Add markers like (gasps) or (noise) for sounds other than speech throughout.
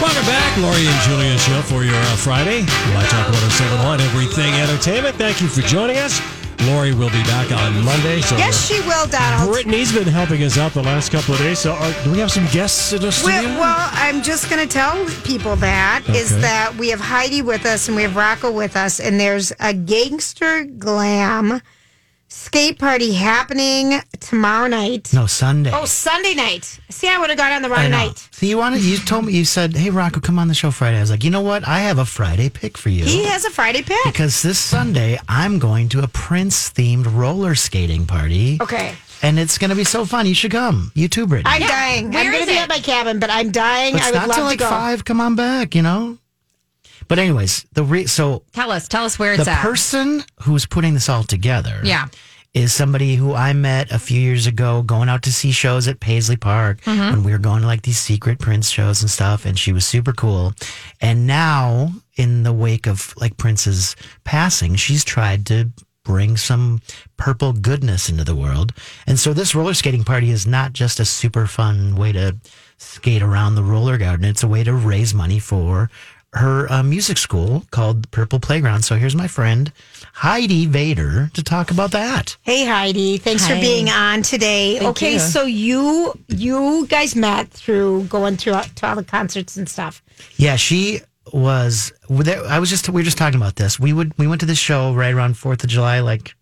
Welcome back, Laurie and Julia show for your uh, Friday. My Talk 1071, everything entertainment. Thank you for joining us. Laurie will be back on Monday. So uh, Yes, she will, Donald. Brittany's been helping us out the last couple of days. So are, do we have some guests in the Well, studio? well, I'm just going to tell people that is Okay. that we have Heidi with us and we have Rocco with us, and there's a gangster glam skate party happening tomorrow night. No, Sunday. Oh, Sunday night. See, I would have gone on the wrong know. night. See, you wanted. You told me. You said, "Hey, Rocco, come on the show Friday." I was like, "You know what? I have a Friday pick for you." He has a Friday pick. because this Sunday I'm going to a Prince themed roller skating party. okay. And it's going to be so fun. You should come. You too, Brittany. I'm dying. I'm going to be at my cabin, but I'm dying. But I it's would not love till to like go. five. Come on back. You know. But anyways, the re- so Tell us, tell us where the it's at. person who's putting this all together. yeah. is somebody who I met a few years ago going out to see shows at Paisley Park when we were going to like these secret Prince shows and stuff. And she was super cool. And now, in the wake of like Prince's passing, she's tried to bring some purple goodness into the world. And so, this roller skating party is not just a super fun way to skate around the roller garden, it's a way to raise money for. Her uh, music school called Purple Playground. So here's my friend Heidi Vader to talk about that. Hey Heidi, thanks for Hi. being on today. okay, you. so you you guys met through going through all- to all the concerts and stuff. Yeah, she was. there- I was just. We were just talking about this. We would. We went to this show right around Fourth of July, like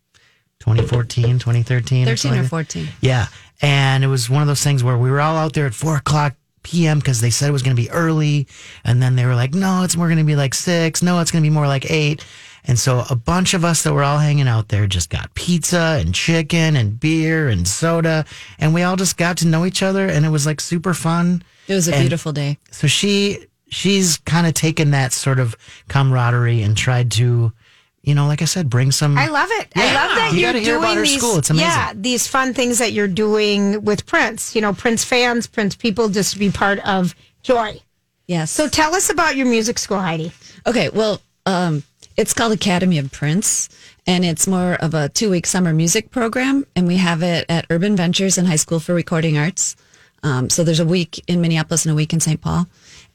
2014, 2013, 13 something or like that. 14. Yeah, and it was one of those things where we were all out there at four o'clock p.m. because they said it was going to be early, and then they were like, "No, it's more going to be like six. No, it's going to be more like eight. And so a bunch of us that were all hanging out there just got pizza and chicken and beer and soda, and we all just got to know each other, and it was like super fun It was a beautiful day. so she she's kind of taken that sort of camaraderie and tried to you know like i said bring some I love it. I love that You are gotta doing hear about her these school. It's amazing. yeah these fun things that you're doing with Prince. You know, Prince fans, Prince people, just to be part of joy. Yes. So tell us about your music school, Heidi. Okay, well, um, it's called Academy of Prince, and it's more of a two week summer music program. And we have it at Urban Ventures and High School for Recording Arts. Um, so there's a week in Minneapolis and a week in St. Paul.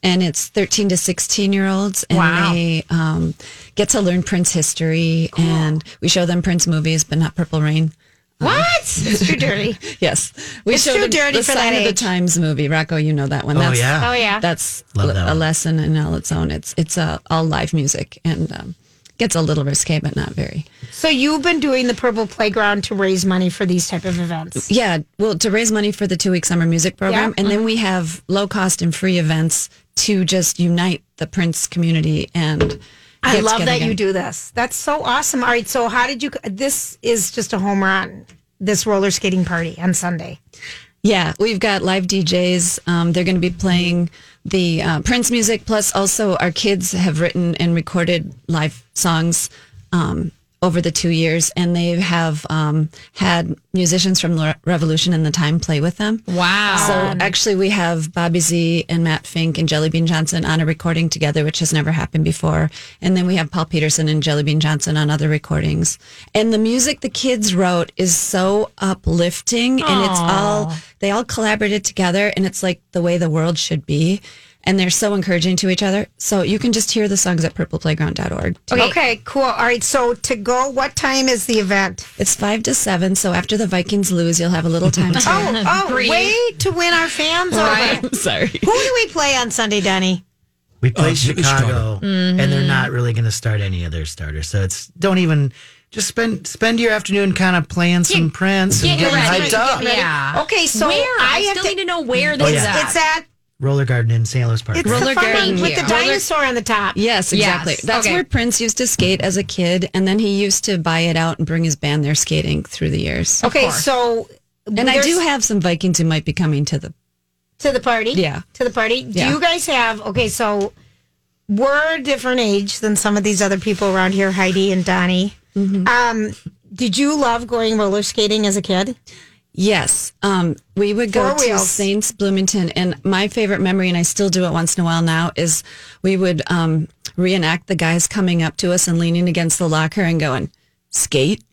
And it's 13 to 16 year olds, and Wow. they um, get to learn Prince history. And we show them Prince movies, but not Purple Rain. Uh-huh. What? (laughs) it's too dirty. Yes, we It's show too them dirty the for Sign that of the age. Times movie. Rocco, you know that one. Oh, That's, yeah. Oh yeah. that's Love that a one. lesson in all its own. It's it's uh, all live music and um, gets a little risque, but not very. so you've been doing the Purple Playground to raise money for these type of events. Yeah, well, to raise money for the two week summer music program, Yeah. and then we have low cost and free events to just unite the Prince community. And I get love together that you again. do this. That's so awesome. All right, so how did you? This is just a home run. This roller skating party on Sunday. Yeah, we've got live DJs. Um, they're going to be playing the uh, Prince music, plus also our kids have written and recorded live songs um, over the two years, and they have um, had musicians from the Revolution and the Time play with them. Wow. So actually, we have Bobby Z and Matt Fink and Jellybean Johnson on a recording together, which has never happened before. And then we have Paul Peterson and Jellybean Johnson on other recordings. And the music the kids wrote is so uplifting, and it's all they all collaborated together, and it's like the way the world should be. and they're so encouraging to each other. So you can just hear the songs at purpleplayground.org. Okay. cool. All right. So to go, what time is the event? It's five to seven. So after the Vikings lose, you'll have a (laughs) little time to. Oh, (laughs) oh, way to win our fans over. I'm sorry. Who do we play on Sunday, Denny? We play Uh, Chicago. Chicago, Mm-hmm. and they're not really going to start any other starter. So it's don't even just spend spend your afternoon kind of playing some Prince and Get getting ready. hyped up. Oh, Get ready. Uh, Yeah. Okay, so where? Oh, I Oh, I, have still to- need to know where this yeah. is at. It's at Roller Garden in St. Louis Park. it's right? the Roller fun one garden. with the Yeah. dinosaur on the top. Yes, exactly. Yes. That's Okay. where Prince used to skate as a kid, and then he used to buy it out and bring his band there skating through the years. Okay, so And I Oh, there's- do have some Vikings who might be coming to the. to the party. Yeah. to the party. Do Yeah. you guys have? Okay, so we're a different age than some of these other people around here, Heidi and Donnie. Mm-hmm. Um, did you love going roller skating as a kid? Yes, um, we would go Four to wheels. Saints Bloomington, and my favorite memory, and I still do it once in a while now, is we would um, reenact the guys coming up to us and leaning against the locker and going skate.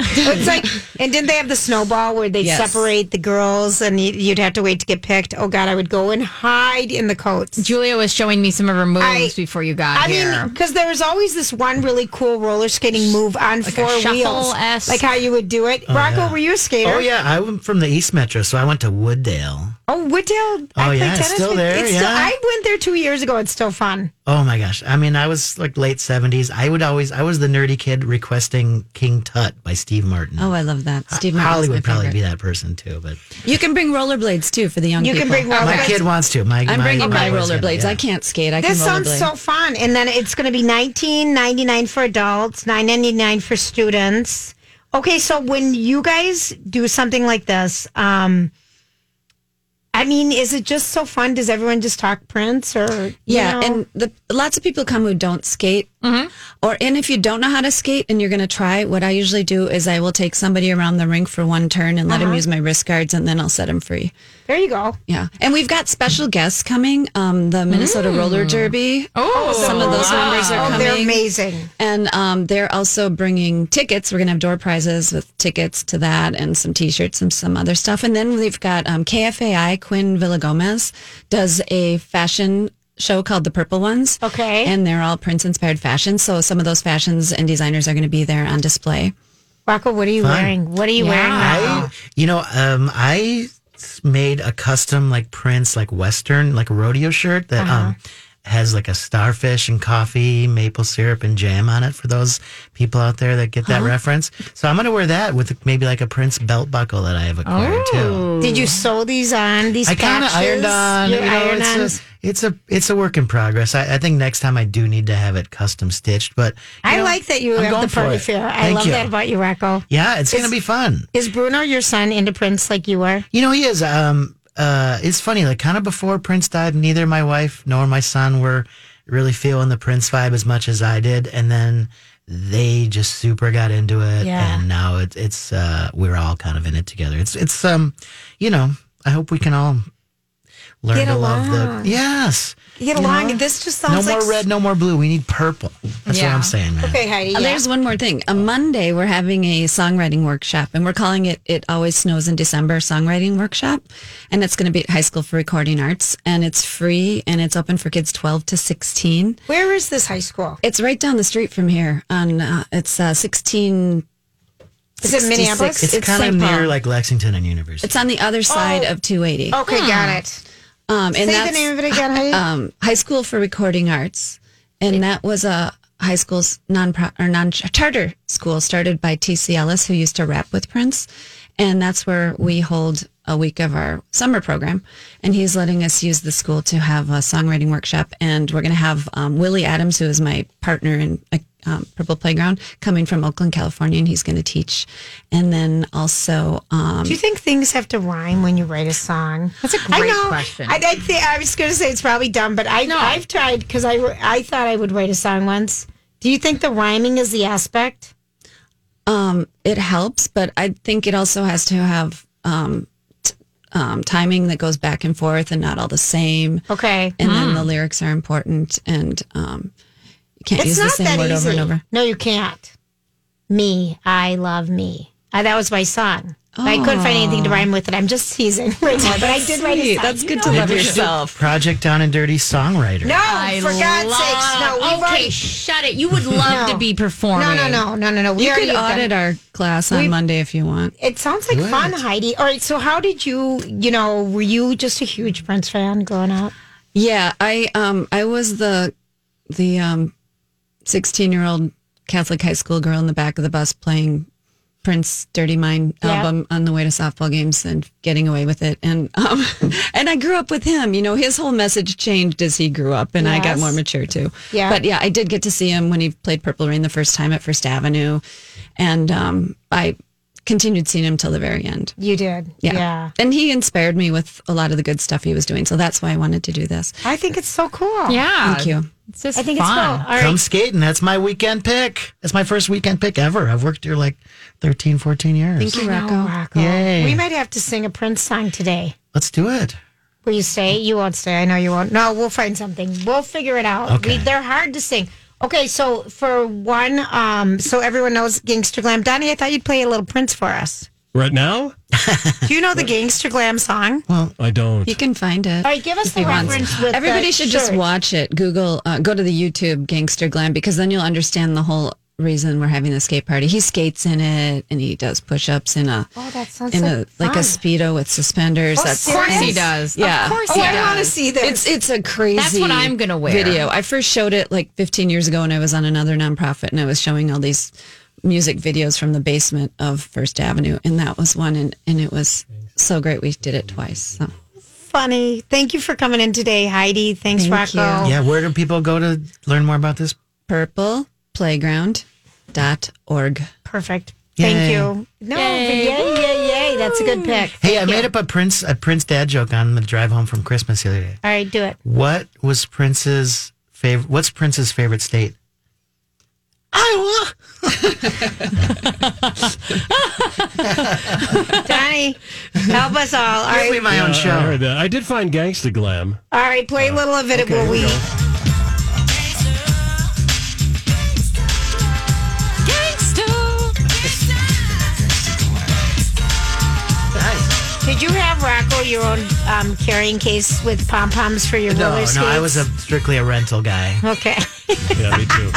It's like, and didn't they have the snowball where they would Yes. separate the girls and you- you'd have to wait to get picked? Oh God, I would go and hide in the coats. Julia was showing me some of her moves I- before you got I here. mean, because there was always this one really cool roller skating move on Like a four wheels, shuffle-esque. like how you would do it. Rocco, Oh, yeah. were you a skater? Oh yeah, I'm from the East Metro, so I went to Wooddale. Oh, Wooddale. I Oh, played yeah, it's tennis still with- there, It's yeah. still, I went there two years ago. It's still fun. Oh my gosh! I mean, I was like late seventies. I would always I was the nerdy kid requesting King Tut by Steve Martin. Oh, I love that. Steve Martin's Holly my would probably be favorite. that person too, but You can bring rollerblades too for the young You people. can bring roller. my kid wants to. My I'm bringing my boy's gonna, rollerblades. yeah. I can't skate. I This can sounds rollerblade. so fun. And then it's going to be nineteen ninety nine for adults, nine ninety nine for students. Okay, so when you guys do something like this, um, I mean, is it just so fun? Does everyone just talk Prince or you Yeah, know? Mm-hmm. and the lots of people come who don't skate, or and if you don't know how to skate and you're going to try, what I usually do is I will take somebody around the rink for one turn and Uh-huh. let him use my wrist guards, and then I'll set him free. there you go. Yeah, and we've got special guests coming. Um, the Minnesota Roller Derby. Oh, some of those members are Mm. Oh, coming. they're amazing. And um, they're also bringing tickets. We're going to have door prizes with tickets to that and some t shirts and some other stuff. And then we've got um, KFAI, Quinn Villagomez does a fashion show called The Purple Ones. Okay. And they're all Prince inspired fashions. So some of those fashions and designers are going to be there on display. Rocco, what are you Fun. wearing? What are you wearing? now? I, you know, um, I s- made a custom like Prince, like Western, like rodeo shirt that Uh-huh. um, has like a starfish and coffee, maple syrup and jam on it for those people out there that get that Uh-huh. reference. So I'm gonna wear that with maybe like a Prince belt buckle that I have acquired Oh. too. Did you sew these on? These I kind of patches? ironed on. Your you know, iron-ons? it's, a, it's a it's a work in progress. I, I think next time I do need to have it custom stitched. But you I know, like that you I'm have going the for party it. fair. I Thank love you. that about you, Rocco. Yeah, it's gonna be fun. Is Bruno your son into Prince like you are? You know, he is. Um, uh, it's funny. Like, kind of before Prince died, neither my wife nor my son were really feeling the Prince vibe as much as I did, and then they just super got into it, Yeah. and now it's it's uh, we're all kind of in it together. It's it's um, you know, I hope we can all learn Get to love along. the yes. Get along. This just No sounds more like red, no more blue. We need purple. That's what Yeah. I'm saying, man. Okay, Heidi. Uh, yeah. There's one more thing. On Monday, we're having a songwriting workshop, and we're calling it "It Always Snows in December" songwriting workshop, and it's going to be at High School for Recording Arts, and it's free and it's open for kids 12 to 16. Where is this high school? It's right down the street from here. On uh, it's uh, 16. Is it Minneapolis? It's, It's kind of St. Paul. near like Lexington and University. It's on the other side Oh. of 280. Okay, got it. Um, and Say the that's name of it again, Heidi. um, High School for Recording Arts, and that was a high school's non or non charter school started by T.C. Ellis, who used to rap with Prince, and that's where we hold a week of our summer program, and he's letting us use the school to have a songwriting workshop, and we're going to have um, Willie Adams, who is my partner in. uh, Um, Purple Playground coming from Oakland, California, and he's going to teach. And then also, um, Do you think things have to rhyme when you write a song? That's a I great know, question. I, I, think, I was going to say it's probably dumb, but I, I've tried because I, I thought I would write a song once. Do you think the rhyming is the aspect? um, it helps, but I think it also has to have um, t- um, timing that goes back and forth and not all the same. Okay. And then the lyrics are important, and um, you can't It's use the not same that word easy. over and over. No, you can't. Me, I love me. Uh, that was my song. I couldn't find anything to rhyme with it. I'm just teasing (laughs) right now, but I did write a Sweet. song. That's You good know to I love did. yourself. Project Down and Dirty songwriter. No, I for God's sakes, no. love- We've okay, already, shut it. You would love No. to be performing. no, no, no, no, no, no. We You already could have done audit it. our class on Monday if you want. It sounds like fun, Heidi. All right, so how did you? You know, were you just a huge Prince fan growing up? Yeah, I um I was the the um 16-year-old Catholic high school girl in the back of the bus playing Prince Dirty Mind Yeah. album on the way to softball games and getting away with it. And um (laughs) and I grew up with him. You know, his whole message changed as he grew up and I got Yes. more mature too. Yeah. But yeah, I did get to see him when he played Purple Rain the first time at First Avenue and um I continued seeing him till the very end. You did, Yeah. And he inspired me with a lot of the good stuff he was doing. So that's why I wanted to do this. I think it's so cool. Yeah. Thank you. It's just I think it's fun. cool. All Come right, skating. That's my weekend pick. That's my first weekend pick ever. I've worked here like 13, 14 years. Thank you, Rocco. Oh, Rocco. Yay. We might have to sing a Prince song today. Let's do it. Will you stay? You won't stay. I know you won't. No, we'll find something. We'll figure it out. Okay. We, they're hard to sing. Okay, so for one, um, so everyone knows Gangster Glam. Donnie, I thought you'd play a little Prince for us. Right now, Do you know the Gangster Glam song? I don't. You can find it. All right, give us he the wants. reference with Everybody the should just shirt. watch it. Google, uh, go to the YouTube Gangster Glam because then you'll understand the whole reason we're having the skate party. He skates in it and he does push ups in a Oh, that sounds in like, a like fun. a speedo with suspenders. Oh, That's Of course he serious? does. yeah. Of course Oh, he I does. want to see this. It's it's a crazy. what I'm gonna wear. Video. I first showed it like 15 years ago, and I was on another nonprofit, and I was showing all these music videos from the basement of First Avenue, and that was one, and and it was so great. We did it twice. So. funny. Thank you for coming in today, Heidi. Thanks, Thank you. Rocco. Yeah, where do people go to learn more about this? purpleplayground.org. Perfect. Yay. Thank you. No, yay. yay, yay, yay. That's a good pick. Hey, I made up a Prince a Prince dad joke on the drive home from Christmas the other day. All right, do it. What was Prince's favorite? What's Prince's favorite state? Iowa. Donnie, help us all. All Give right, me my own Uh, I show. heard that. I did find Gangsta Glam. all right play a little of it. will we? Nice. Did you have Rocco your own um, carrying case with pom poms for your No, roller skates? no, I was a strictly a rental guy. Okay. (laughs) Yeah, me too.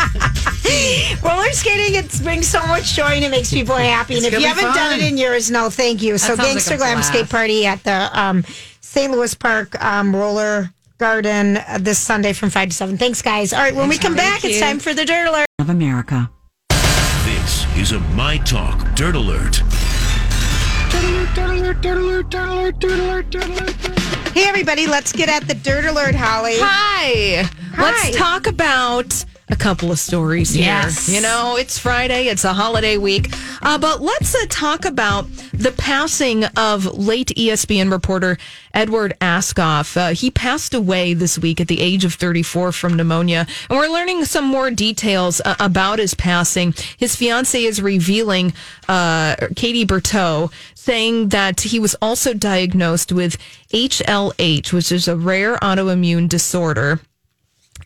Roller skating, it brings so much joy and it makes people happy. and if gonna you be haven't done fun. it in years, no, thank you. so, sounds like Gangster a Glam blast. Skate Party at the um, St. Louis Park um, Roller Garden uh, this Sunday from 5 to 7. Thanks, guys. All right, when we come back, it's time for the Dirt Alert. Of America. This is a My Talk Dirt Alert. Hey, everybody, let's get at the Dirt Alert, Holly. Hi. Hi. Let's talk about a couple of stories here. Yes. You know, it's Friday, it's a holiday week. Uh, but let's uh, talk about the passing of late E ESPN reporter Edward Askoff. Uh, he passed away this week at the age of 34 from pneumonia. And we're learning some more details uh, about his passing. His fiance is revealing, uh, Katie Berteau, saying that he was also diagnosed with HLH, which is a rare autoimmune disorder.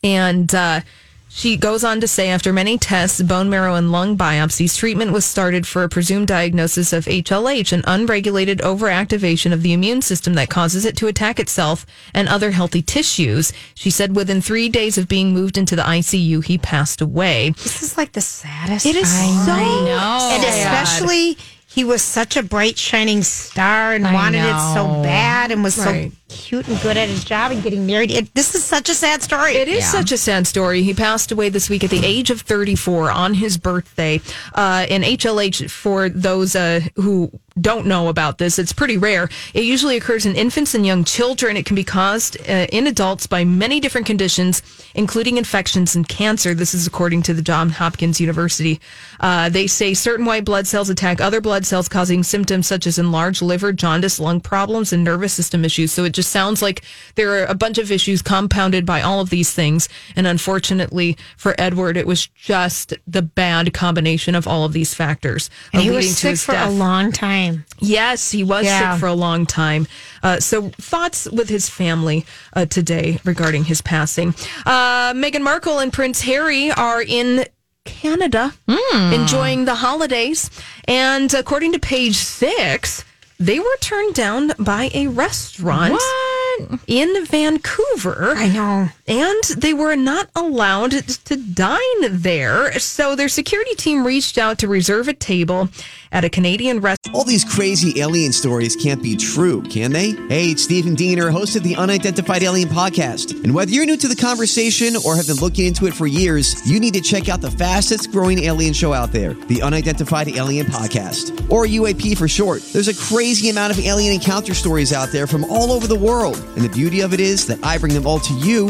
And uh, she goes on to say after many tests, bone marrow, and lung biopsies, treatment was started for a presumed diagnosis of HLH, an unregulated overactivation of the immune system that causes it to attack itself and other healthy tissues. She said within three days of being moved into the ICU, he passed away. This is like the saddest. It is so And sad. especially he was such a bright shining star and I wanted it so know. bad and was Right. so cute and good at his job and getting married. It, this is such a sad story. It is such a sad story. He passed away this week at the age of 34 on his birthday. Uh, and HLH, for those uh, who don't know about this, it's pretty rare. It usually occurs in infants and young children. It can be caused uh, in adults by many different conditions, including infections and cancer. This is according to the Johns Hopkins University. Uh, they say certain white blood cells attack other blood cells, causing symptoms such as enlarged liver, jaundice, lung problems, and nervous system issues. So it just sounds like there are a bunch of issues compounded by all of these things. And unfortunately for Edward, it was just the bad combination of all of these factors. and uh, he leading was to sick his for a death. long time. Yes, he was Yeah. sick for a long time. Uh, so, thoughts with his family uh, today regarding his passing. Uh, Meghan Markle and Prince Harry are in Canada, Hmm. enjoying the holidays. And according to page six, they were turned down by a restaurant in Vancouver. I know. And they were not allowed to dine there. So their security team reached out to reserve a table at a Canadian restaurant. All these crazy alien stories can't be true, can they? Hey, it's Stephen Diener, host of the Unidentified Alien Podcast. And whether you're new to the conversation or have been looking into it for years, you need to check out the fastest growing alien show out there, the Unidentified Alien Podcast, or UAP for short. There's a crazy amount of alien encounter stories out there from all over the world. And the beauty of it is that I bring them all to you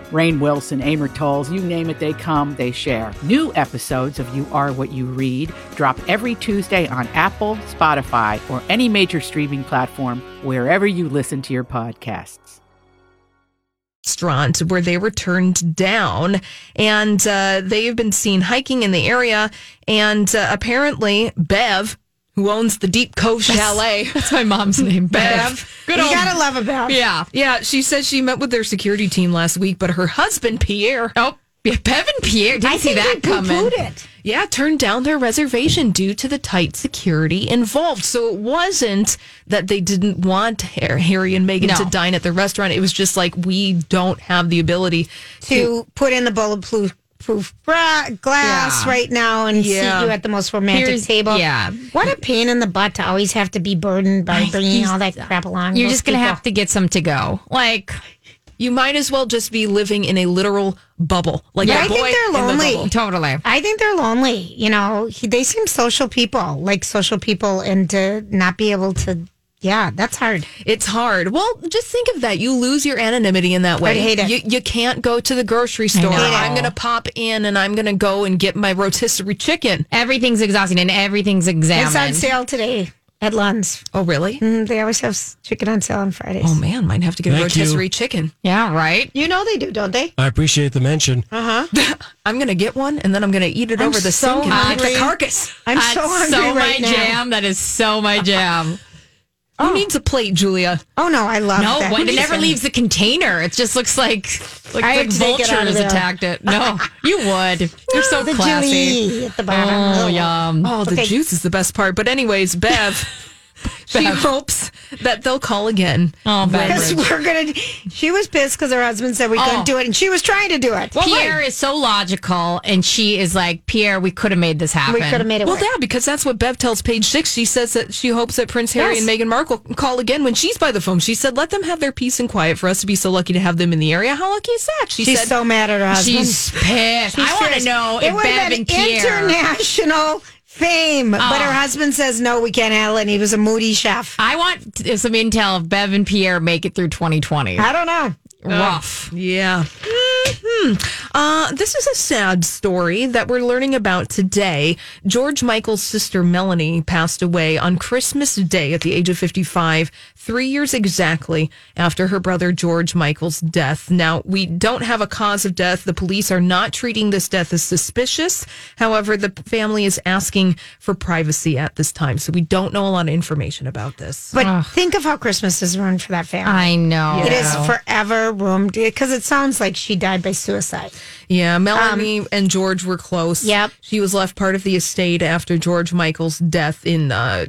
Rain Wilson, Amor Tolls, you name it, they come, they share. New episodes of You Are What You Read drop every Tuesday on Apple, Spotify, or any major streaming platform wherever you listen to your podcasts. restaurant where they were turned down. And uh, they have been seen hiking in the area. And uh, apparently, Bev, who owns the Deep Cove Chalet, (laughs) That's (laughs) my mom's name, Bev. Good you gotta love a Bev. yeah, yeah. She says she met with their security team last week, but her husband Pierre. Oh, Yeah, Bev and Pierre. Didn't I see think that they coming. poo-pooed it. yeah, turned down their reservation due to the tight security involved. So it wasn't that they didn't want Har- Harry and Meghan No. to dine at the restaurant. It was just like we don't have the ability to put in the bulletproof proof bra- glass Yeah. right now and Yeah. see you at the most romantic Here's- table. yeah. What a pain in the butt to always have to be burdened by bringing all that crap along. You're Those just going to people. have to get some to go. Like, you might as well just be living in a literal bubble. Like Yeah, a I think boy they're in the lonely. bubble. totally. I think they're lonely. You know, he, they seem social people, like social people, and to not be able to, yeah, that's hard. It's hard. Well, just think of that. You lose your anonymity in that way. I'd hate it. You, you can't go to the grocery store. know. Hate it. I'm going to pop in and I'm going to go and get my rotisserie chicken. Everything's exhausting and everything's It's on examined. sale today at Lund's. Oh, really? Mm, they always have s- chicken on sale on Fridays. Oh, man. Might have to get a Thank you. rotisserie chicken. yeah, right? you know they do, don't they? I appreciate the mention. I'm going to get one and then I'm going to eat it I'm over the so sink and eat hungry. the carcass. I'm That's so hungry so right my now. jam. That is so my jam. Who needs a plate, Julia? Oh no, I love No, that. one, it never leaves the container. It just looks like like, I have like to take it vulture out of has there. attacked it. No, (laughs) you would. You're (gasps) so the classy. jelly at the bottom. Oh, yum. Oh, the Okay. (laughs) juice is the best part. But anyways, (laughs) Bev, she hopes that they'll call again. Oh, Because Beverage. we're gonna. She was pissed because her husband said we couldn't Oh. do it, and she was trying to do it. Pierre is so logical, and she is like, Pierre, we could have made this happen. we could have made it Well, work. yeah, because that's what Bev tells Page Six. She says that she hopes that Prince Harry and Meghan Markle call again when she's by the phone. She said, "Let them have their peace and quiet. For us to be so lucky to have them in the area, how lucky is that?" She She's said, so mad at her husband. She's pissed. I want to furious. know It if would have Bev been and Pierre. Oh. international fame, but her husband says no, we can't handle it. And he was a moody chef. I want t- some intel if Bev and Pierre make it through 2020. I don't know. Rough. Yeah. hmm Uh, this is a sad story that we're learning about today. George Michael's sister Melanie passed away on Christmas Day at the age of 55, three years exactly after her brother George Michael's death. Now, we don't have a cause of death. The police are not treating this death as suspicious. However, the family is asking for privacy at this time. So we don't know a lot of information about this. But think of how Christmas is ruined for that family. I know. It is forever ruined because it sounds like she died by suicide. Yeah, Melanie and George were close. Yep. She was left part of the estate after George Michael's death in uh,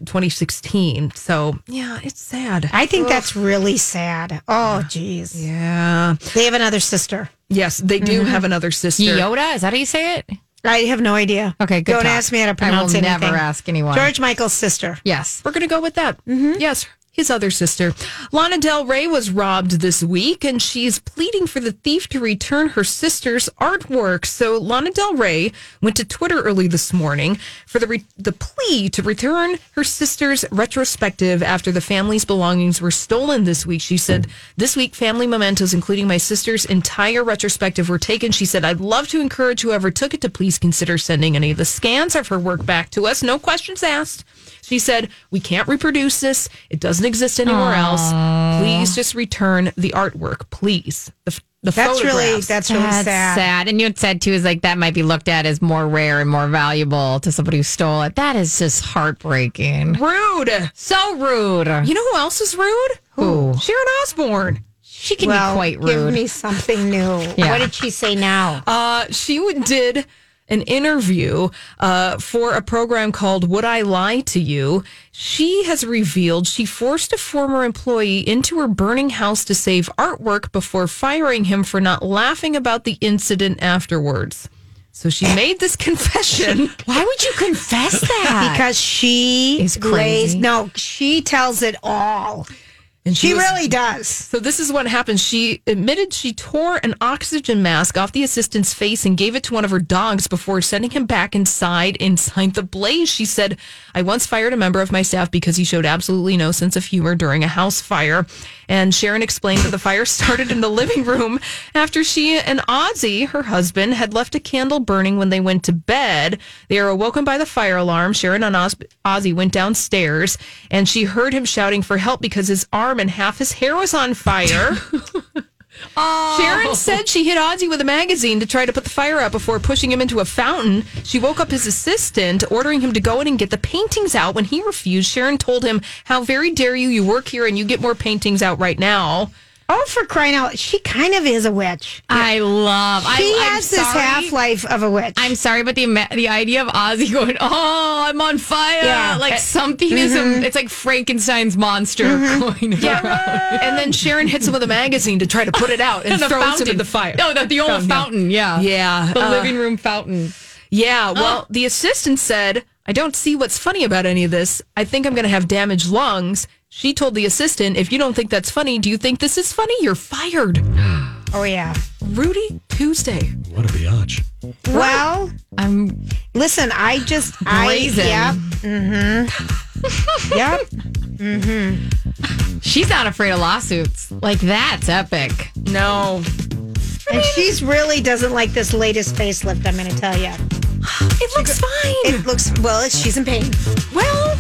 2016. So, yeah, it's sad. I think that's really sad. Oh, jeez. yeah. They have another sister. Yes, they do have another sister. Yoda? Is that how you say it? I have no idea. Okay, good Don't talk. ask me how to I will pronounce it. never ask anyone. George Michael's sister. Yes. We're going to go with that. Yes. his other sister. Lana Del Rey was robbed this week, and she's pleading for the thief to return her sister's artwork. So Lana Del Rey went to Twitter early this morning for the re- the plea to return her sister's retrospective after the family's belongings were stolen this week. She said, "This week, family mementos, including my sister's entire retrospective, were taken." She said, "I'd love to encourage whoever took it to please consider sending any of the scans of her work back to us. No questions asked." She said, We can't reproduce this. It doesn't exist anywhere else. Please just return the artwork, please. The, f- the That's really- photographs." that's really sad. And you had said too is like that might be looked at as more rare and more valuable to somebody who stole it. That is just heartbreaking. rude. So rude. You know who else is rude? Who? Sharon Osbourne. She can Well, be quite Give rude. me something new. Yeah. What did she say now? Uh, she w- did an interview uh, for a program called Would I Lie to You? She has revealed she forced a former employee into her burning house to save artwork before firing him for not laughing about the incident afterwards. So she made this (laughs) confession. Why would you confess that? because she Is crazy. lays- no, she tells it all. And She was- really does. So this is what happened. She admitted she tore an oxygen mask off the assistant's face and gave it to one of her dogs before sending him back inside inside the blaze. She said, "I once fired a member of my staff because he showed absolutely no sense of humor during a house fire." And Sharon explained that the fire (laughs) started in the living room after she and Ozzy, her husband, had left a candle burning when they went to bed. They are awoken by the fire alarm. Sharon and Oz- Ozzy went downstairs and she heard him shouting for help because his arm and half his hair was on fire. Sharon said she hit Ozzy with a magazine to try to put the fire out before pushing him into a fountain. She woke up his assistant, ordering him to go in and get the paintings out. When he refused, Sharon told him, How very dare you? You work here and you get more paintings out right now. Oh, for crying out! She kind of is a witch. I love. I, She I'm has this sorry. half life of a witch. I'm sorry, but the ima- the idea of Ozzy going, "Oh, I'm on fire!" Yeah. Mm-hmm. Like something is a, it's like Frankenstein's monster going (laughs) around. and then Sharon hits him with a magazine to try to put it out (laughs) and, the throws fountain. it in the fire. No, the, the old Fountain, yeah. fountain. Yeah. Yeah, The uh, living room Oh. fountain. Yeah, well, the assistant said, I don't see what's funny about any of this. I think I'm going to have damaged lungs. She told the assistant, If you don't think that's funny, do you think this is funny? You're fired. oh yeah. Rudy Tuesday. What a biatch. Well, I'm listen. I just. I Brazen. yep. Mm-hmm. (laughs) yep. She's not afraid of lawsuits. Like that's epic. No. And she's really doesn't like this latest facelift. I'm going to tell you. It looks fine. It looks well. She's in pain. well,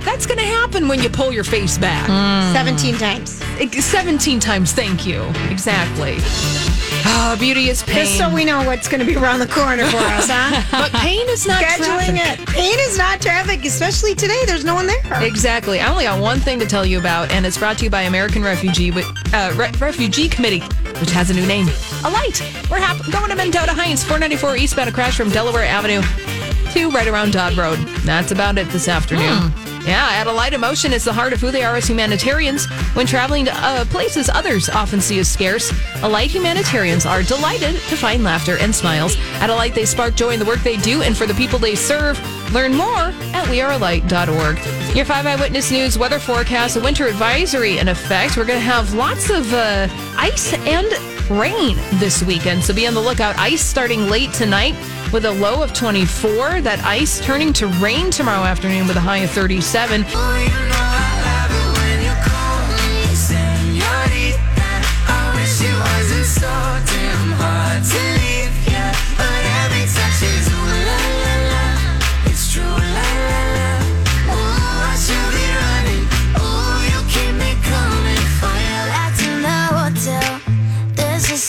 that's going to happen when you pull your face back. Mm. Mm. Seventeen times. Ex- 17 times, thank you. Exactly. Ah, beauty is pain. Just so we know what's going to be around the corner for us, huh? but pain is (laughs) not Scheduling traffic. it. Pain is not traffic, especially today. There's no one there. Exactly. I only got one thing to tell you about, and it's brought to you by American Refugee wi- uh, Re- Refugee Committee, which has a new name. A light. We're hap- going to Mendota Heights, 494 eastbound, a crash from Delaware Avenue to right around Dodd Road. That's about it this afternoon. Yeah, at a light emotion is the heart of who they are as humanitarians. When traveling to uh, places others often see as scarce, Alight humanitarians are delighted to find laughter and smiles. At Alight, they spark joy in the work they do and for the people they serve. Learn more at wearealight.org. Your 5 Eyewitness News weather forecast, a winter advisory in effect. We're going to have lots of uh, ice and rain this weekend, so be on the lookout. Ice starting late tonight with a low of 24. That ice turning to rain tomorrow afternoon with a high of 37.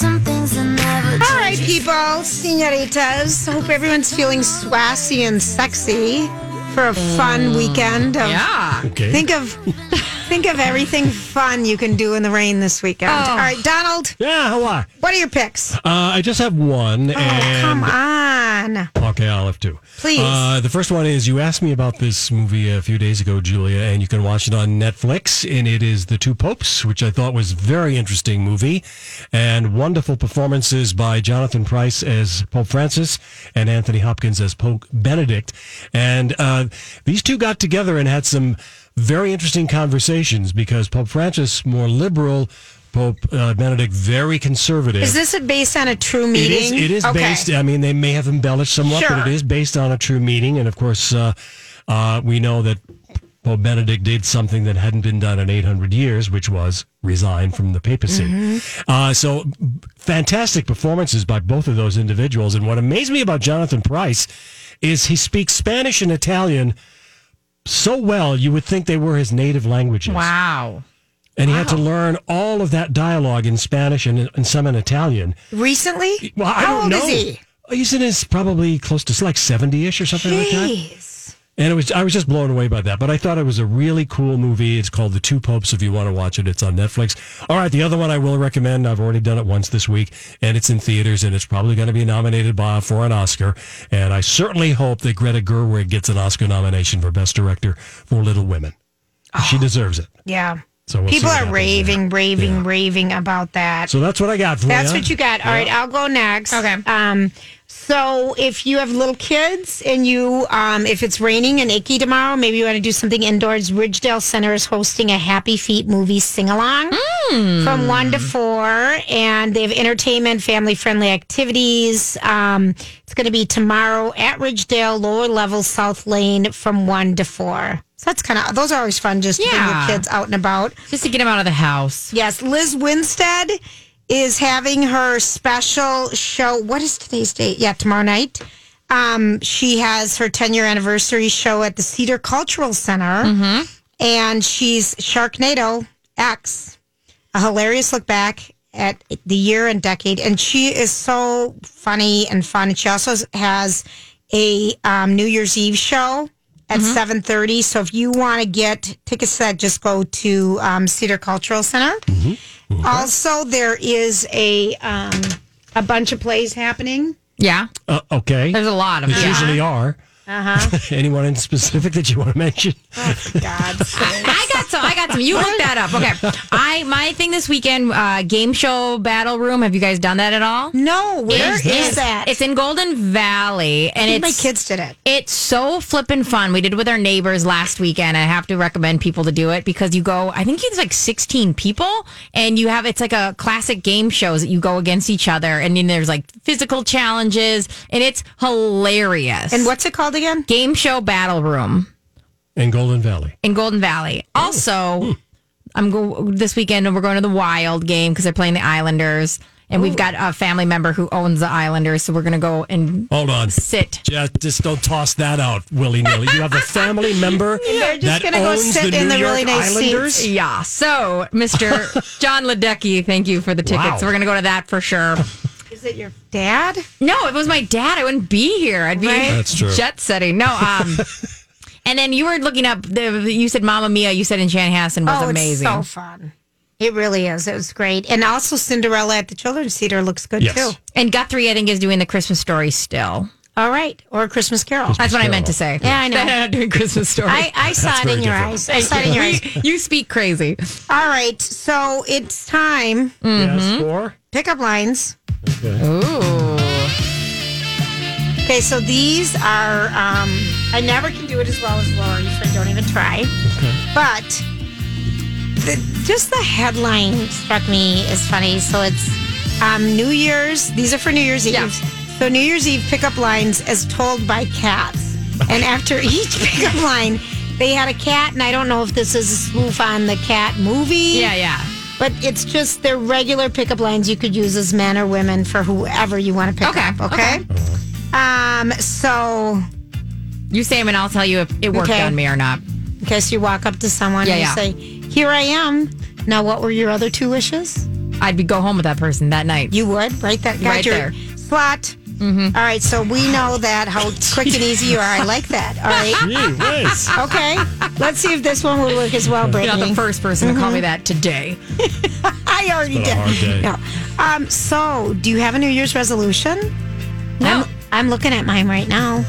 All right, people, senoritas. Hope everyone's feeling swassy and sexy for a fun Mm. weekend. Of, Yeah. Okay. Think of think of everything fun you can do in the rain this weekend. Oh. All right, Donald, yeah, how are? what are your picks? Uh, I just have one. Oh, and come on. Okay, I'll have two. Please. Uh, the first one is you asked me about this movie a few days ago, Julia, and you can watch it on Netflix. And it is The Two Popes, which I thought was a very interesting movie, and wonderful performances by Jonathan Price as Pope Francis and Anthony Hopkins as Pope Benedict. And uh, these two got together and had some Very interesting conversations because Pope Francis more liberal, Pope uh, Benedict very conservative. Is this based on a true It meeting? is. It is Okay. based. I mean, they may have embellished somewhat, Sure. but it is based on a true meeting. And of course, uh, uh, we know that Pope Benedict did something that hadn't been done in 800 years, which was resign from the papacy. Mm-hmm. Uh, so, b- fantastic performances by both of those individuals. And what amazed me about Jonathan Price is he speaks Spanish and Italian so well, you would think they were his native languages. Wow. And he had to learn all of that dialogue in Spanish and, and some in Italian. Recently? Well, I How old don't know. Uh, is he? He's in his probably close to like 70 ish or something like that. Jeez. And it was I was just blown away by that, but I thought it was a really cool movie. It's called The Two Popes. If you want to watch it, it's on Netflix. All right, the other one I will recommend. I've already done it once this week, and it's in theaters, and it's probably going to be nominated by, for an Oscar. And I certainly hope that Greta Gerwig gets an Oscar nomination for Best Director for Little Women. She deserves it. Yeah. So we'll Oh. see People what are happens raving, there. raving, Yeah. raving about that. So that's what I got for That's ya. what you got. All right, Yeah. I'll go next. Okay. Um, so if you have little kids and you, um, if it's raining and icky tomorrow, maybe you want to do something indoors. Ridgedale Center is hosting a Happy Feet movie sing along from one to four, and they have entertainment, family friendly activities. Um, it's going to be tomorrow at Ridgedale, lower level South Lane, from one to four. So that's kind of those are always fun, just to bring Yeah. your kids out and about. Just to get him out of the house. Yes, Liz Winstead is having her special show. What is today's date? Yeah, tomorrow night. Um, she has her 10 year anniversary show at the Cedar Cultural Center. And she's Sharknado X, a hilarious look back at the year and decade. And she is so funny and fun. She also has a um, New Year's Eve show at 7.30 so if you want to get tickets to that just go to um, cedar cultural center also there is a um, a bunch of plays happening Yeah. Uh, okay. There's a lot of There them. usually are. Uh-huh. (laughs) Anyone in specific that you want to mention? Oh, god (laughs) I got some. I got some. You look that up. Okay. I my thing this weekend, uh, game show battle room. Have you guys done that at all? no where is that It's in Golden Valley, and I think it's my kids did it It's so flippin' fun. We did it with our neighbors last weekend. I have to recommend people to do it because you go, I think it's like 16 people and you have, it's like a classic game shows that you go against each other and then there's like physical challenges and it's hilarious. and what's it called again Game show battle room In Golden Valley. in Golden Valley. Oh. Hmm. Also, I'm go this weekend. We're going to the Wild game because they're playing the Islanders, and Oh. we've got a family member who owns the Islanders, so we're gonna go and Oh. Hold on. sit. Just, just don't toss that out willy nilly. You have (laughs) a family member they're just that gonna go owns sit the in New the York really nice Islanders. seats. Yeah. So, (laughs) Mr. John Ledecky, thank you for the tickets. Wow. We're gonna go to that for sure. is it your dad No, if it was my dad, I wouldn't be here. I'd be Right. That's true. jet setting. No. (laughs) Um. And then you were looking up. The, you said "Mamma Mia." You said "Enchantation" was oh amazing. it's so fun it really is it was great and also cinderella at the children's theater looks good Yes. too and Guthrie, I think, is doing the Christmas story still. all right or christmas carol That's what I meant to say. Yeah, I know. They're not (laughs) doing Christmas story. I, I saw it very in your different. eyes. I saw it in your eyes. you speak crazy. All right, so it's time. Mm-hmm. Yes, four. Pickup lines. Ooh. Okay, so these are. Um, I never can do it as well as Lori, so I don't even try. But the, just the headline struck me as funny. So it's um, New Year's. These are for New Year's Eve. Yeah. So New Year's Eve pickup lines as told by cats. And after each pickup line, they had a cat, and I don't know if this is a spoof on the cat movie. Yeah, yeah. But it's just the regular pickup lines you could use as men or women for whoever you want to pick Okay, up. Okay. Um. So, You say them and I'll tell you if it worked Okay. on me or not. in case you walk up to someone Yeah, and you yeah. say, "Here I am." Now, what were your other two wishes? I'd be go home with that person that night. You would right that got Right your there. Mm-hmm. slot. All right. So we know that (laughs) how quick and easy you are. I like that. All right. Gee whiz. Okay. Let's see if this one will work as well, You're Brittany. not the first person to call Mm-hmm. me that today. I already It's been a hard did. day. No. Um. So, do you have a New Year's resolution? No. I'm, I'm looking at mine right now.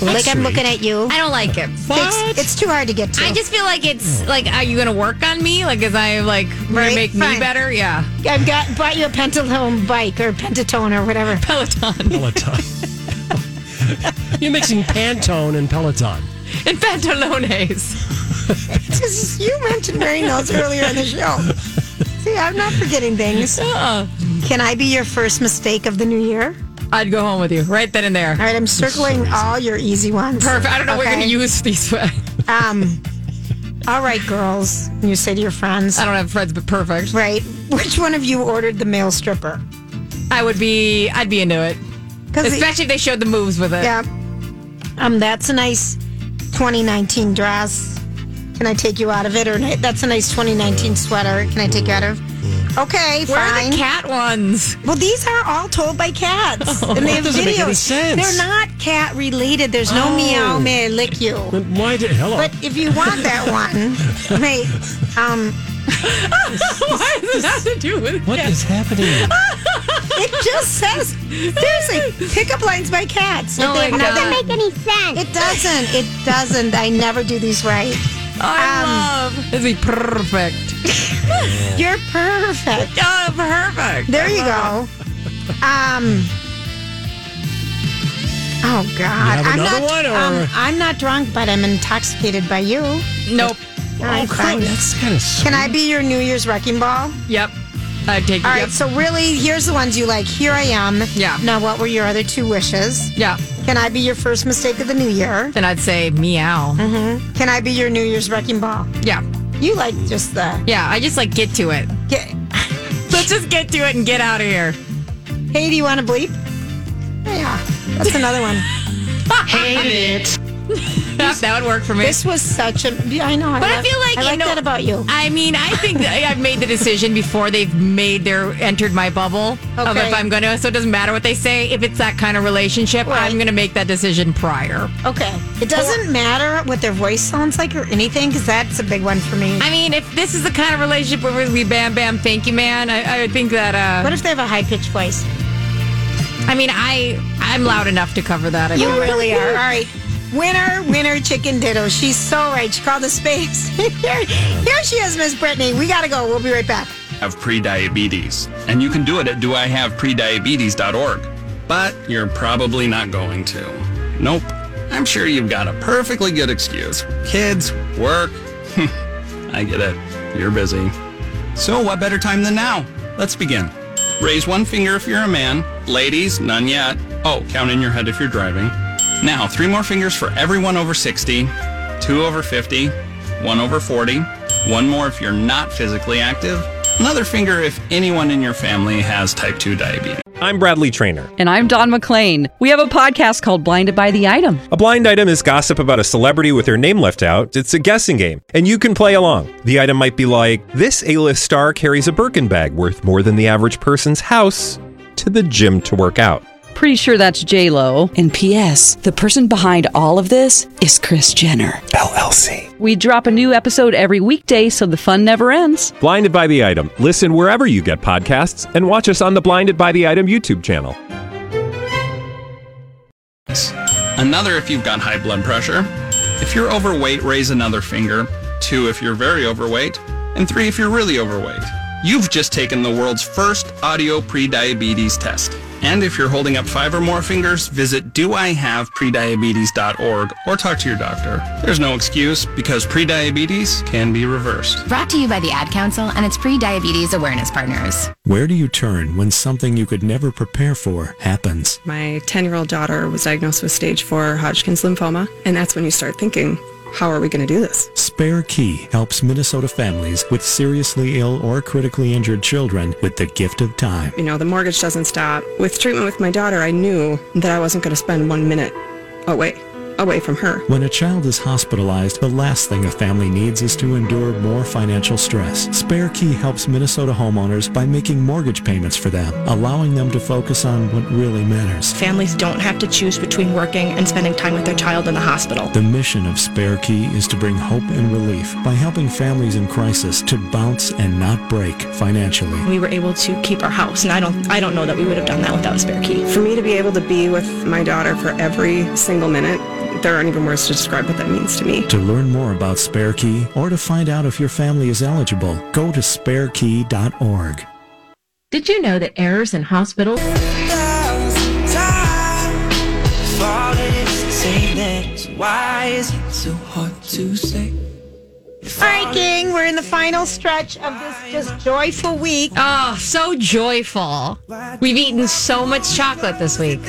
like I'm looking at you. I don't like it. It's, it's too hard to get to. I just feel like it's like, are you going to work on me? Like, is I like, gonna Right? make Fine. me better? Yeah. (laughs) I've got bought you a pentatone bike or pentatone or (laughs) whatever. (laughs) Peloton. Peloton. You're mixing Pantone and Peloton. and pantalones. Because you mentioned wearing those earlier in the (laughs) show. See, I'm not forgetting things. Can I be your first mistake of the new year? I'd go home with you right then and there. All right, I'm circling all your easy ones. Perfect. I don't know what you're going to use (laughs) these. I Um, all right, girls. You say to your friends, don't have friends, but perfect. right? Which one of you ordered the male stripper? I would be. I'd be into it, Because especially if they showed the moves with it. yeah, um, that's a nice 2019 dress. Can I take you out of it? Or ni- that's a nice 2019 sweater. Can I take you out of? Okay, Where are fine. the cat ones? (laughs) Well, these are all told by cats, and they have doesn't videos. make any sense. Oh. They're not cat related. There's no meow, may I lick you? Then Why did hello? But if you want that (laughs) one, mate, um, (laughs) Why does this have to do with What (laughs) is happening? it just says seriously pickup lines by cats. Oh my It doesn't God. make any sense. It doesn't. It doesn't. I never do these right. Um, I love. Is he perfect? You're perfect. Oh, perfect. There you go. Um. Oh God! have I'm another not. one, or- Oh, um, I'm not drunk, but I'm intoxicated by you. Nope. All right, fine. That's kind of Can I be your New Year's wrecking ball? Yep. I'd take. All yep. right, so really, here's the ones you like. Here I am. Yeah. Now, what were your other two wishes? Yeah. Can I be your first mistake of the new year? Then I'd say meow. Mm-hmm. Can I be your New Year's wrecking ball? Yeah. You like just the. Yeah. I just like get to it. Get- Let's just get to it and get out of (laughs) here. Hey, do you want to bleep? Yeah, that's another (laughs) one. that would work for me. This was such a. yeah, I know. But I love- feel like, I you like know- that about you. I mean, I think that I've made the decision before they've made their entered my bubble of Okay. if I'm going to. So it doesn't matter what they say. If it's that kind of relationship, Right. I'm going to make that decision prior. Okay. It doesn't matter what their voice sounds like or anything, because that's a big one for me. I mean, if this is the kind of relationship where we bam bam thank you man, I, I would think that. uh What if they have a high pitched voice? I mean, I I'm loud enough to cover that. I You think. really are. All right. Winner, winner, chicken ditto. She's so right. She called the space. (laughs) here, here she is, Miss Brittany. We got to go. We'll be right back. have prediabetes. And you can do it at doihaveprediabetes.org. But you're probably not going to. Nope. I'm sure you've got a perfectly good excuse. Kids, work. I get it. You're busy. So, what better time than now? Let's begin. Raise one finger if you're a man. Ladies, none yet. Oh, count in your head if you're driving. Now, three more fingers for everyone over 60, two over 50, one over 40, one more if you're not physically active, another finger if anyone in your family has type 2 diabetes. I'm Bradley Trainer. And I'm Don McClain. We have a podcast called Blinded by the Item. A blind item is gossip about a celebrity with their name left out. It's a guessing game, and you can play along. The item might be like this: A-list star carries a Birkin bag worth more than the average person's house to the gym to work out. Pretty sure that's J Lo. And P.S. The person behind all of this is Chris Jenner. LLC. We drop a new episode every weekday, so the fun never ends. Blinded by the item. Listen wherever you get podcasts, and watch us on the Blinded by the Item YouTube channel. Another if you've got high blood pressure. If you're overweight, raise another finger. Two if you're very overweight. And three if you're really overweight. You've just taken the world's first audio prediabetes test. And if you're holding up five or more fingers, visit doihaveprediabetes.org or talk to your doctor. There's no excuse because prediabetes can be reversed. Brought to you by the Ad Council and its pre diabetes awareness partners. Where do you turn when something you could never prepare for happens? My 10 year old daughter was diagnosed with stage 4 Hodgkin's lymphoma, and that's when you start thinking, how are we going to do this? Spare Key helps Minnesota families with seriously ill or critically injured children with the gift of time. You know, the mortgage doesn't stop. With treatment with my daughter, I knew that I wasn't going to spend one minute away, away from her. When a child is hospitalized, the last thing a family needs is to endure more financial stress. Spare Key helps Minnesota homeowners by making mortgage payments for them, allowing them to focus on what really matters. Families don't have to choose between working and spending time with their child in the hospital. The mission of Spare Key is to bring hope and relief by helping families in crisis to bounce and not break financially. We were able to keep our house, and I don't, I don't know that we would have done that without Spare Key. For me to be able to be with my daughter for every single minute, there aren't even words to describe what that means to me. To learn more about Spare Key or to find out if your family is eligible, go to sparekey.org. Did you know that errors in hospitals? All Why is it so hard to say? All right, gang, we're in the final stretch of this just joyful week. Oh, so joyful. We've eaten so much chocolate (laughs) this week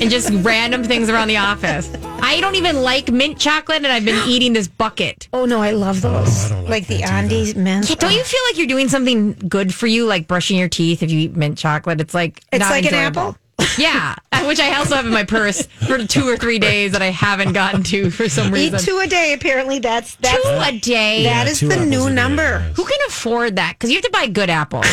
and just random things around the office. I don't even like mint chocolate, and I've been eating this bucket. Oh no, I love those. like, the Andes Oh, mint. Yeah, don't you feel like you're doing something good for you, like brushing your teeth if you eat mint chocolate? It's like It's not like an enjoyable. apple. (laughs) Yeah, which I also have in my purse for two or three days that I haven't gotten to for some Eat reason. two a day. Apparently, that's that's Two a day. that is two the apples a new day, number. Who can afford that? Because you have to buy good apples.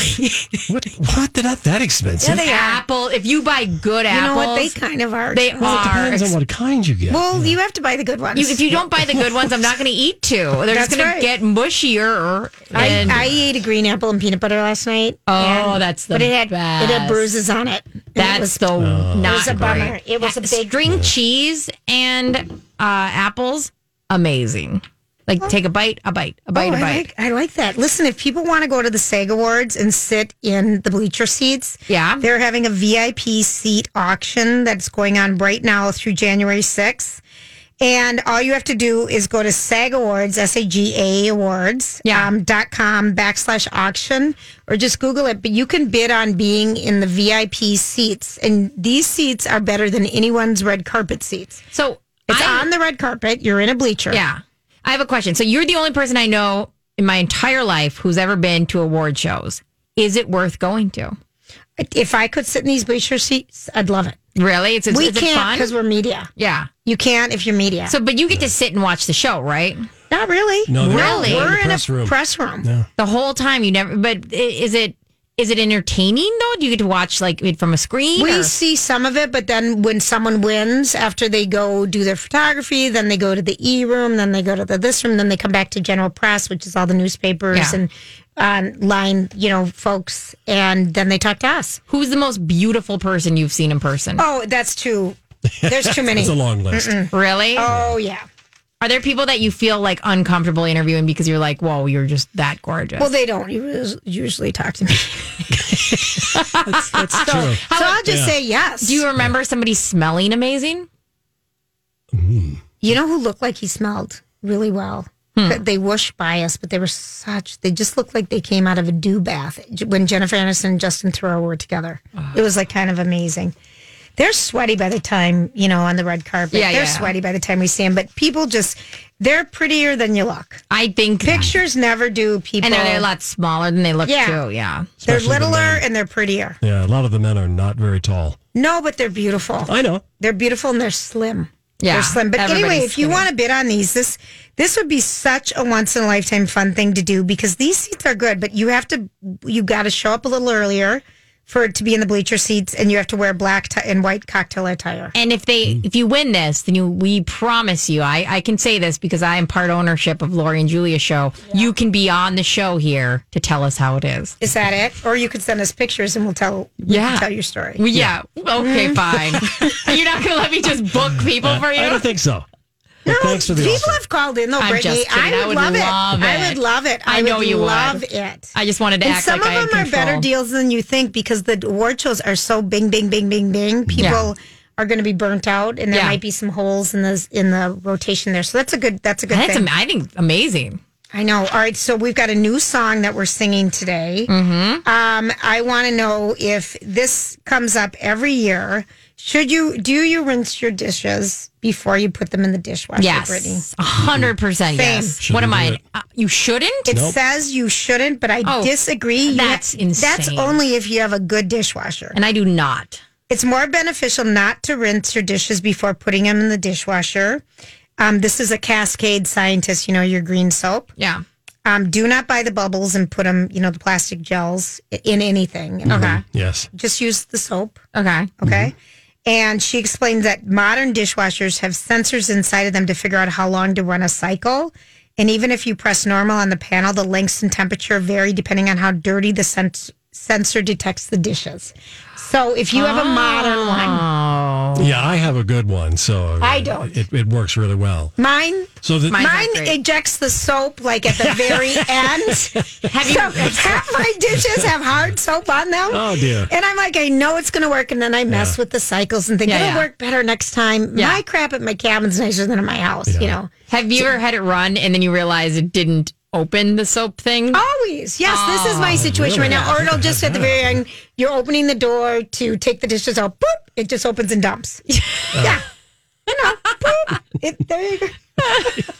What? What? They're not that expensive. Yeah, (laughs) they are. Apple. If you buy good You know apples, what? They kind of are. They well, it are. depends on what kind you get. well, you have to buy the good ones. You, if you don't buy the good ones, I'm not going to eat two. They're That's just going right. to get mushier. I, And I ate a green apple and peanut butter last night. Oh, and- that's the but it had it had best. bruises on it. And it that's was- the not it was a great. bummer. It was a big string cheese and uh, apples. Amazing. Like take a bite, a bite, a bite, Oh, a I bite. like, I like that. Listen, if people want to go to the SAG Awards and sit in the bleacher seats, Yeah. they're having a VIP seat auction that's going on right now through January 6th. And all you have to do is go to SAG Awards, S A G A Awards, Yeah. um, dot com backslash auction, or just Google it. But you can bid on being in the VIP seats. And these seats are better than anyone's red carpet seats. so It's I, on the red carpet, you're in a bleacher. yeah. I have a question. So you're the only person I know in my entire life who's ever been to award shows. Is it worth going to? If I could sit in these bleacher seats, I'd love it. Really? It's, it's we is it can't fun? because we're media. yeah. You can't if you're media. So, but you get to sit and watch the show, right? not really. No, they're Really? all We're in a press room. press room. the whole time you never but i- is it is it entertaining though do you get to watch like it from a screen We or- see some of it, but then when someone wins, after they go do their photography, then they go to the e room, then they go to the this room, then they come back to general press, which is all the newspapers Yeah. and online, you know, folks, and then they talk to us. who's the most beautiful person you've seen in person Oh, that's (laughs) too. There's too many. It's a long list. really oh yeah. are there people that you feel like uncomfortable interviewing because you're like whoa you're just that gorgeous Well, they don't us- usually talk to me, so That's true. I'll just Yeah. say yes. Ah, do you remember somebody smelling amazing You know who looked like he smelled really well? Hmm. They whooshed by us, but they were such, they just looked like they came out of a dew bath when Jennifer Aniston and Justin Thoreau were together. Ah. It was like kind of amazing. They're sweaty by the time, you know, on the red carpet. Yeah, They're yeah. sweaty by the time we see them, but people just, they're prettier than you look. i think Pictures never do people. and they're, they're a lot smaller than they look Yeah. too yeah They're Especially the littler men. and they're prettier. Yeah, a lot of the men are not very tall. No, but they're beautiful. I know. They're beautiful and they're slim. Yeah, they're slim. But everybody's anyway, if you skinny. want to bid on these, this this would be such a once in a lifetime fun thing to do because these seats are good, but you have to you got to show up a little earlier for it to be in the bleacher seats, and you have to wear black t- and white cocktail attire. and if they if you win this then you we promise you i i can say this because i am part ownership of lori and julia's show you can be on the show here to tell us how it is Is that it? Or you could send us pictures, and we'll tell we can Yeah. tell your story. Well, yeah. (laughs) Okay, fine. You're not going to let me just book people for you? I don't think so. But thanks for the People offer. have called in though, I'm Brittany. just kidding. I would love, it. love I it. would love it. I know would you would. love it. I just wanted to and act some like I of had them are better control. deals than you think because the award shows are so bing, bing, bing, bing, bing. People are going to be burnt out, and there Yeah. might be some holes in the in the rotation there. So that's a good. That's a good That's thing. am- I think amazing. I know. All right, so we've got a new song that we're singing today. Mm-hmm. Um, I want to know if this comes up every year. Should you do you rinse your dishes before you put them in the dishwasher, Brittany? Yes. a 100% yes. Same. what am Shouldn't do I? it. Uh, you shouldn't? It says you shouldn't, but I Oh, disagree. You that's That's insane. only if you have a good dishwasher. and I do not. It's more beneficial not to rinse your dishes before putting them in the dishwasher. Um, this is a Cascade scientist, you know, your green soap. Yeah. Um, do not buy the bubbles and put them, you know, the plastic gels i- in anything. Okay. Yes. Just use the soap. Okay. Okay. And she explained that modern dishwashers have sensors inside of them to figure out how long to run a cycle. And even if you press normal on the panel, the lengths and temperature vary depending on how dirty the Oh. Ah. sens- sensor detects the dishes. So if you have a modern one, Yeah, I have a good one, so uh, I don't. It, it works really well. Mine. So the, Mine, ejects the soap like at the very end. have you? half my dishes have hard soap on them. Oh, dear. And I'm like, I know it's going to work, and then I mess Yeah. with the cycles and think Yeah, it'll yeah. work better next time. Yeah. My crap at my cabin's nicer than at my house. You know, Have you ever had it run and then you realize it didn't open the soap thing? always. Yes, this is my Oh, situation right really? now. Or it'll just at the very Yeah. end, you're opening the door to take the dishes out. Boop! It just opens and dumps. (laughs) yeah. You know, boop. It, there you go.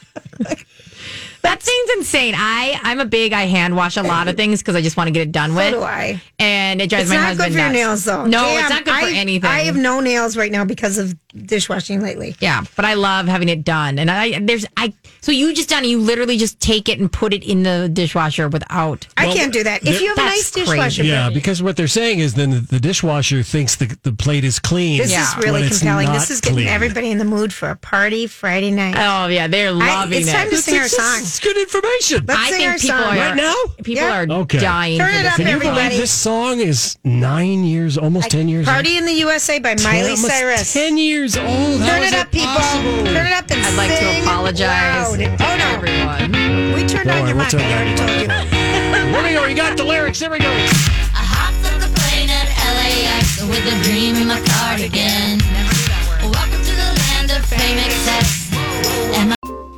That seems insane. I I'm a big I hand wash a lot of things because I just want to get it done with. do I. And it drives It's my not good husband for your nuts. nails, though. No, Damn, it's not good for I- anything. I have no nails right now because of dishwashing lately. yeah, but I love having it done. And I there's I so you just done you literally just take it and put it in the dishwasher without. I can't do that. If there- you have a nice That's dishwasher, yeah, because what they're saying is then the, the dishwasher thinks the, the plate is clean. this yeah. is really when it's compelling. not This is getting clean. everybody in the mood for a party Friday night. Oh yeah, they're loving it's it. time to This sing our is- this song. is good information. Let's I sing think our people song. are Right now? People Yeah. are Okay. dying. Turn for it this. up, Can you believe everybody. this song is nine years, almost ten years Party in the USA by old? Miley Almost Cyrus. Ten years old. How Turn is it up, people. possible? Turn it up and I'd like to sing apologize loud. to Oh, no. everyone. We turned Don't on worry, your we'll mic. turn I down already your told you. microphone. Here we go. You got the lyrics. Here we go. I hopped on the plane at LAX with a dream in my cardigan. Welcome to the land of fame excess. And